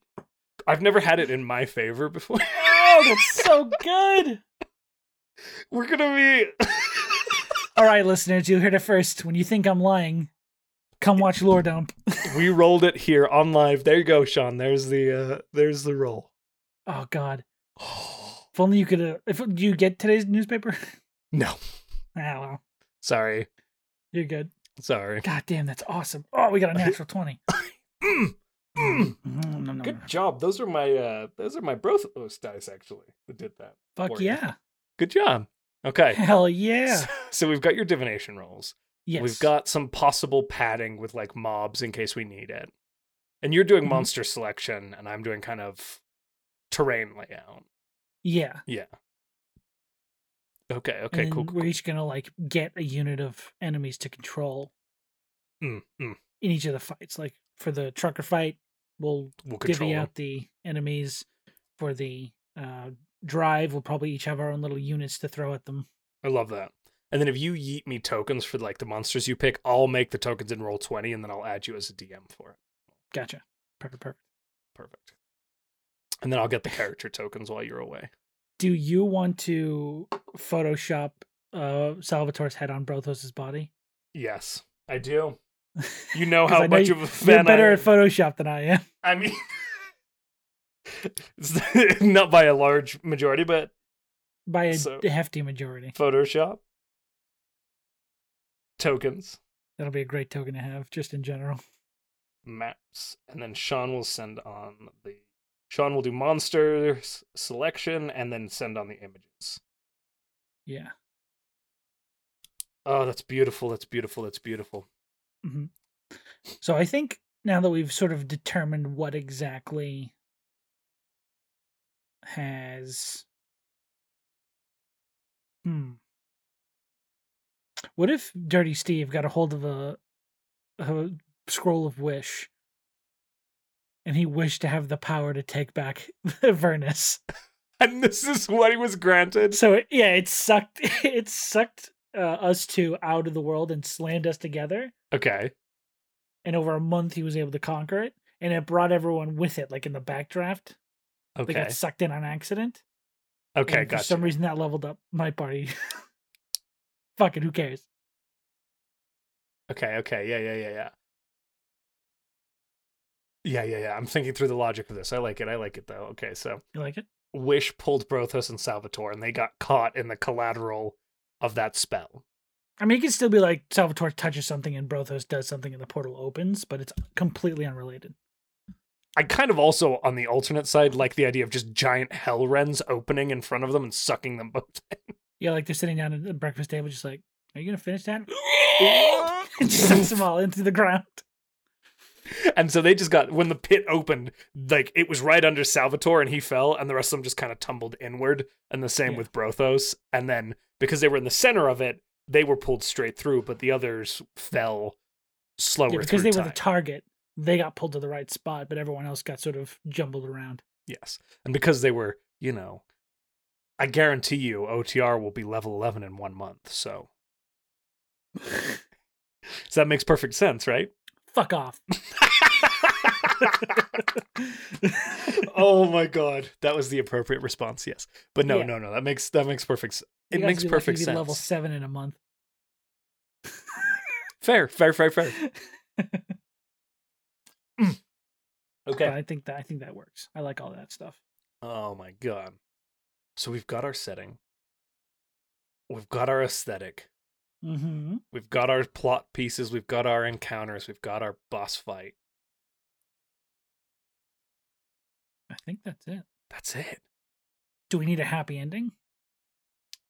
A: I've never had it in my favor before.
B: Oh, that's so good.
A: We're gonna be.
B: All right, listeners, you heard it first. When you think I'm lying, come watch Lore Dump.
A: we rolled it here on live. There you go, Sean. There's the uh, there's the roll.
B: Oh, God. If only you could. Uh, if Do you get today's newspaper?
A: no,
B: Ah, well,
A: sorry,
B: you're good.
A: sorry.
B: God damn, that's awesome. Oh, we got a natural 20.
A: Mm, mm.
B: Mm, nom, nom, nom.
A: Good job. Those are my uh, those are my Brothos dice actually that did that.
B: Fuck
A: for you.
B: yeah.
A: Good job. Okay.
B: Hell yeah.
A: So, so we've got your divination rolls.
B: Yes.
A: We've got some possible padding with like mobs in case we need it. And you're doing
B: Mhm.
A: monster selection, and I'm doing kind of terrain layout.
B: Yeah.
A: Okay,
B: And
A: okay, cool.
B: then
A: cool,
B: We're
A: cool.
B: each going to, like, get a unit of enemies to control
A: Mm, mm.
B: in each of the fights. Like, for the trucker fight, we'll
A: We'll control
B: divvy
A: 'em.
B: out the enemies for the uh, drive. We'll probably each have our own little units to throw at them.
A: I love that. And then if you yeet me tokens for like the monsters you pick, I'll make the tokens in roll 20 and then I'll add you as a DM for it.
B: Gotcha. Perfect, perfect.
A: Perfect. And then I'll get the character tokens while you're away.
B: Do you want to Photoshop uh, Salvatore's head on Brothos's body?
A: Yes, I do. You know
B: 'Cause
A: Oh, how
B: I know
A: much
B: you-
A: of a fan
B: You're better
A: I
B: at Photoshop than I am.
A: I mean, it's not by a large majority, but
B: By a
A: So-
B: hefty majority.
A: Photoshop tokens,
B: That'll be a great token to have, just in general.
A: maps, and then Sean will send on the Sean will do monsters selection and then send on the images.
B: Yeah.
A: Oh, that's beautiful. That's beautiful. That's beautiful.
B: hmm So I think now that we've sort of determined what exactly has hmm what if dirty steve got a hold of a, a scroll of wish and he wished to have the power to take back avernus
A: And this is what he was granted.
B: so it, yeah it sucked it sucked uh, us two out of the world and slammed us together
A: Okay.
B: and over a month he was able to conquer it and it brought everyone with it like in the backdraft they
A: Okay.
B: got sucked in on accident
A: Okay.
B: and for
A: Gotcha.
B: some reason that leveled up my party fuck it who cares
A: Okay, okay, yeah, yeah, yeah, yeah. Yeah, yeah, yeah. I'm thinking through the logic of this. I like it. I like it though. Okay, so
B: you like it
A: Wish pulled Brothos and Salvatore, and they got caught in the collateral of that spell.
B: i mean it could still be like salvatore touches something and brothos does something and the portal opens but it's completely unrelated
A: I kind of also, on the alternate side, like the idea of just giant hell wrens opening in front of them and sucking them both.
B: yeah like they're sitting down at the breakfast table just like are you gonna finish that and just sucks them
A: in.
B: all into the ground
A: and so they just got when the pit opened, like it was right under Salvatore, and he fell, and the rest of them just kind of tumbled inward. And the same
B: Yeah.
A: with Brothos. And then because they were in the center of it, they were pulled straight through, but the others fell slower
B: yeah, because
A: through
B: they were
A: time.
B: the target they got pulled to the right spot but everyone else got sort of jumbled around
A: yes, and because they were, you know, I guarantee you, OTR will be level eleven in one month. So, so that makes perfect sense, right?
B: fuck off
A: oh my god, that was the appropriate response. Yes, but no,
B: Yeah.
A: no, no. That makes that makes perfect. s-
B: You
A: It
B: guys
A: makes
B: would be lucky
A: perfect
B: if you
A: sense.
B: Level seven in a month.
A: Fair, fair, fair, fair. Mm.
B: But
A: Okay.
B: I think that I think that works. I like all that stuff.
A: Oh my god. So we've got our setting. We've got our aesthetic.
B: Mm-hmm.
A: We've got our plot pieces. We've got our encounters. We've got our boss fight.
B: I think that's it.
A: That's it.
B: Do we need a happy ending?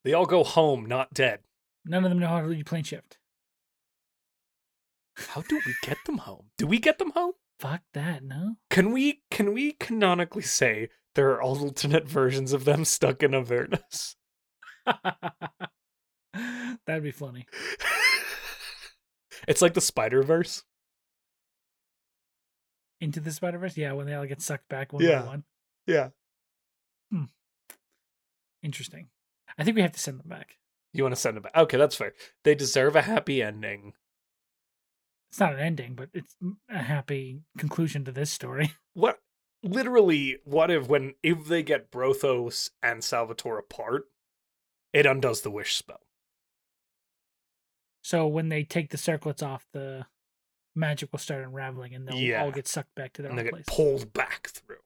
A: They all go home, not dead.
B: None of them know how to do plane shift.
A: How do we get them home? Do we get them home?
B: Fuck that. No.
A: Can we can we canonically say there are alternate versions of them stuck in Avernus?
B: That'd be funny.
A: it's like the Spider Verse.
B: Into the Spider Verse. Yeah, when they all get sucked back one
A: Yeah.
B: by one.
A: Yeah.
B: Hmm. Interesting. I think we have to send them back.
A: You want to send them back? Okay, that's fair. They deserve a happy ending.
B: It's not an ending, but it's a happy conclusion to this story.
A: What? Literally, what if when if they get Brothos and Salvatore apart, it undoes the wish spell.
B: So when they take the circlets off, the magic will start unraveling, and they'll
A: Yeah.
B: all get sucked back to their
A: and they
B: own
A: get
B: place.
A: pulled back through.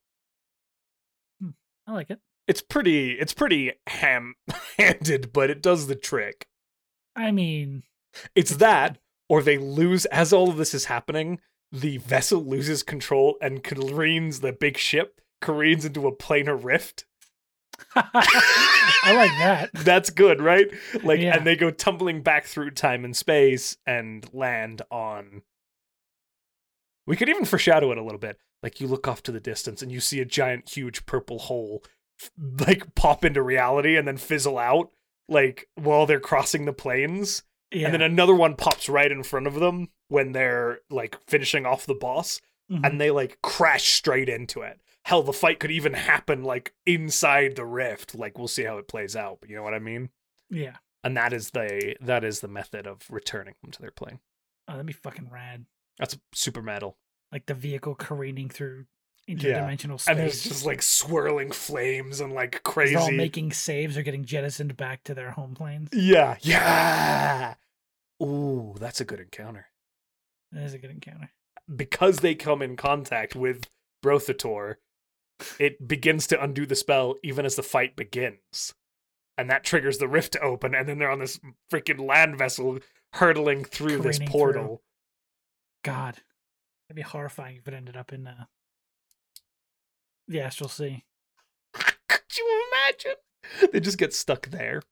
B: I like it.
A: It's pretty. It's pretty ham-handed, but it does the trick.
B: I mean,
A: It's that, or they lose as all of this is happening. The vessel loses control and careens the big ship careens into a planar rift.
B: I like that.
A: That's good, right? Like,
B: Yeah.
A: and they go tumbling back through time and space and land on. We could even foreshadow it a little bit. Like, you look off to the distance and you see a giant, huge purple hole, f- like, pop into reality and then fizzle out, like, while they're crossing the plains.
B: Yeah.
A: And then another one pops right in front of them when they're, like, finishing off the boss
B: Mhm.
A: and they like crash straight into it. Hell, the fight could even happen like inside the rift. Like we'll see how it plays out, but you know what I mean?
B: yeah.
A: And that is the that is the method of returning them to their plane.
B: Oh, that'd be fucking rad.
A: That's super metal.
B: Like the vehicle careening through
A: Yeah.
B: interdimensional space.
A: And there's just like swirling flames and like
B: They're all
A: crazy.
B: making saves or getting jettisoned back to their home planes.
A: yeah, yeah. Ooh, that's a good encounter.
B: That is a good encounter.
A: Because they come in contact with Brothator, it begins to undo the spell even as the fight begins. And that triggers the rift to open, and then they're on this freaking land vessel hurtling through this
B: Careening
A: portal.
B: God, that'd be horrifying if it ended up in uh, the astral sea.
A: Could you imagine? They just get stuck there.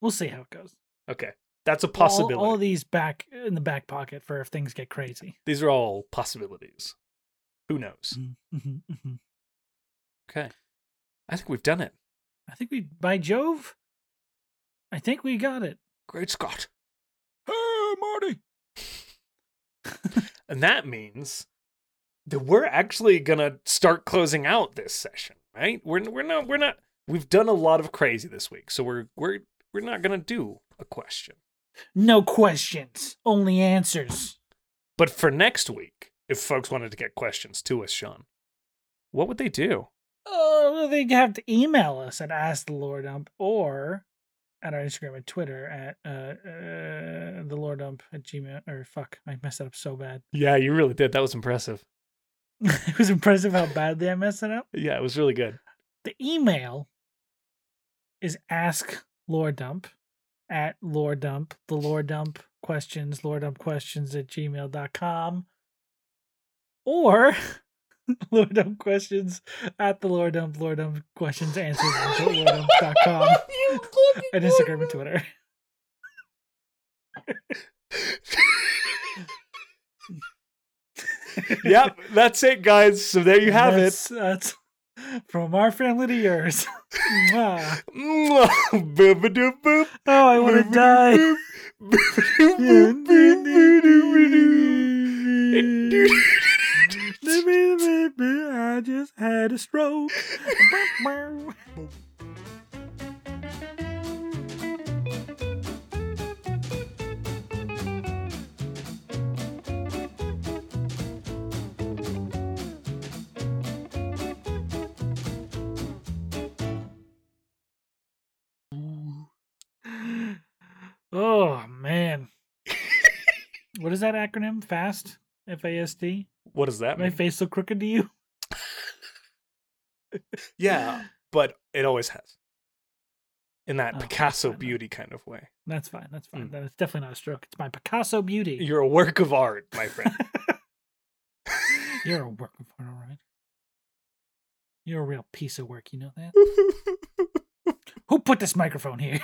B: We'll see how it goes.
A: Okay. That's a
B: All-
A: possibility.
B: All, of these back in the back pocket for if things get crazy.
A: These are all possibilities. Who knows?
B: Mhm, mhm, mhm.
A: Okay. I think we've done it.
B: I think we, by Jove, I think we got it.
A: Great Scott.
B: Hey, Marty.
A: And that means that we're actually gonna start closing out this session, right? We're we're not we're not we've done a lot of crazy this week, so we're we're we're not gonna do a question.
B: No questions, only answers.
A: But for next week, if folks wanted to get questions to us, Sean, what would they do?
B: Oh, they have to email us at Ask the Lord Dump or at our Instagram and Twitter at uh, uh the Lord Dump at Gmail or fuck, I messed that up so bad.
A: Yeah, you really did. That was impressive.
B: it was impressive how badly I messed it up.
A: Yeah, it was really good.
B: The email is ask dump at dump the Lord dump questions, dump questions at gmail.com or dump questions at the lordump, lordump questions answers at lordump.com at Instagram and Twitter.
A: yep, that's it, guys. So there you have it.
B: that's, That's from our family to yours. Mwah.
A: Mwah. Boop-a-doop-boop.
B: oh, I want to die. I just had a stroke. Oh man. what is that acronym? FAST? F A S T?
A: What does that
B: My
A: mean?
B: face look crooked to you?
A: yeah, but it always has. In that
B: Oh,
A: Picasso
B: I know.
A: beauty kind of way.
B: That's fine. That's fine.
A: Mm.
B: That's definitely not a stroke. It's my Picasso beauty.
A: You're a work of art, my friend.
B: You're a work of art, all right. You're a real piece of work, you know that? Who put this microphone here?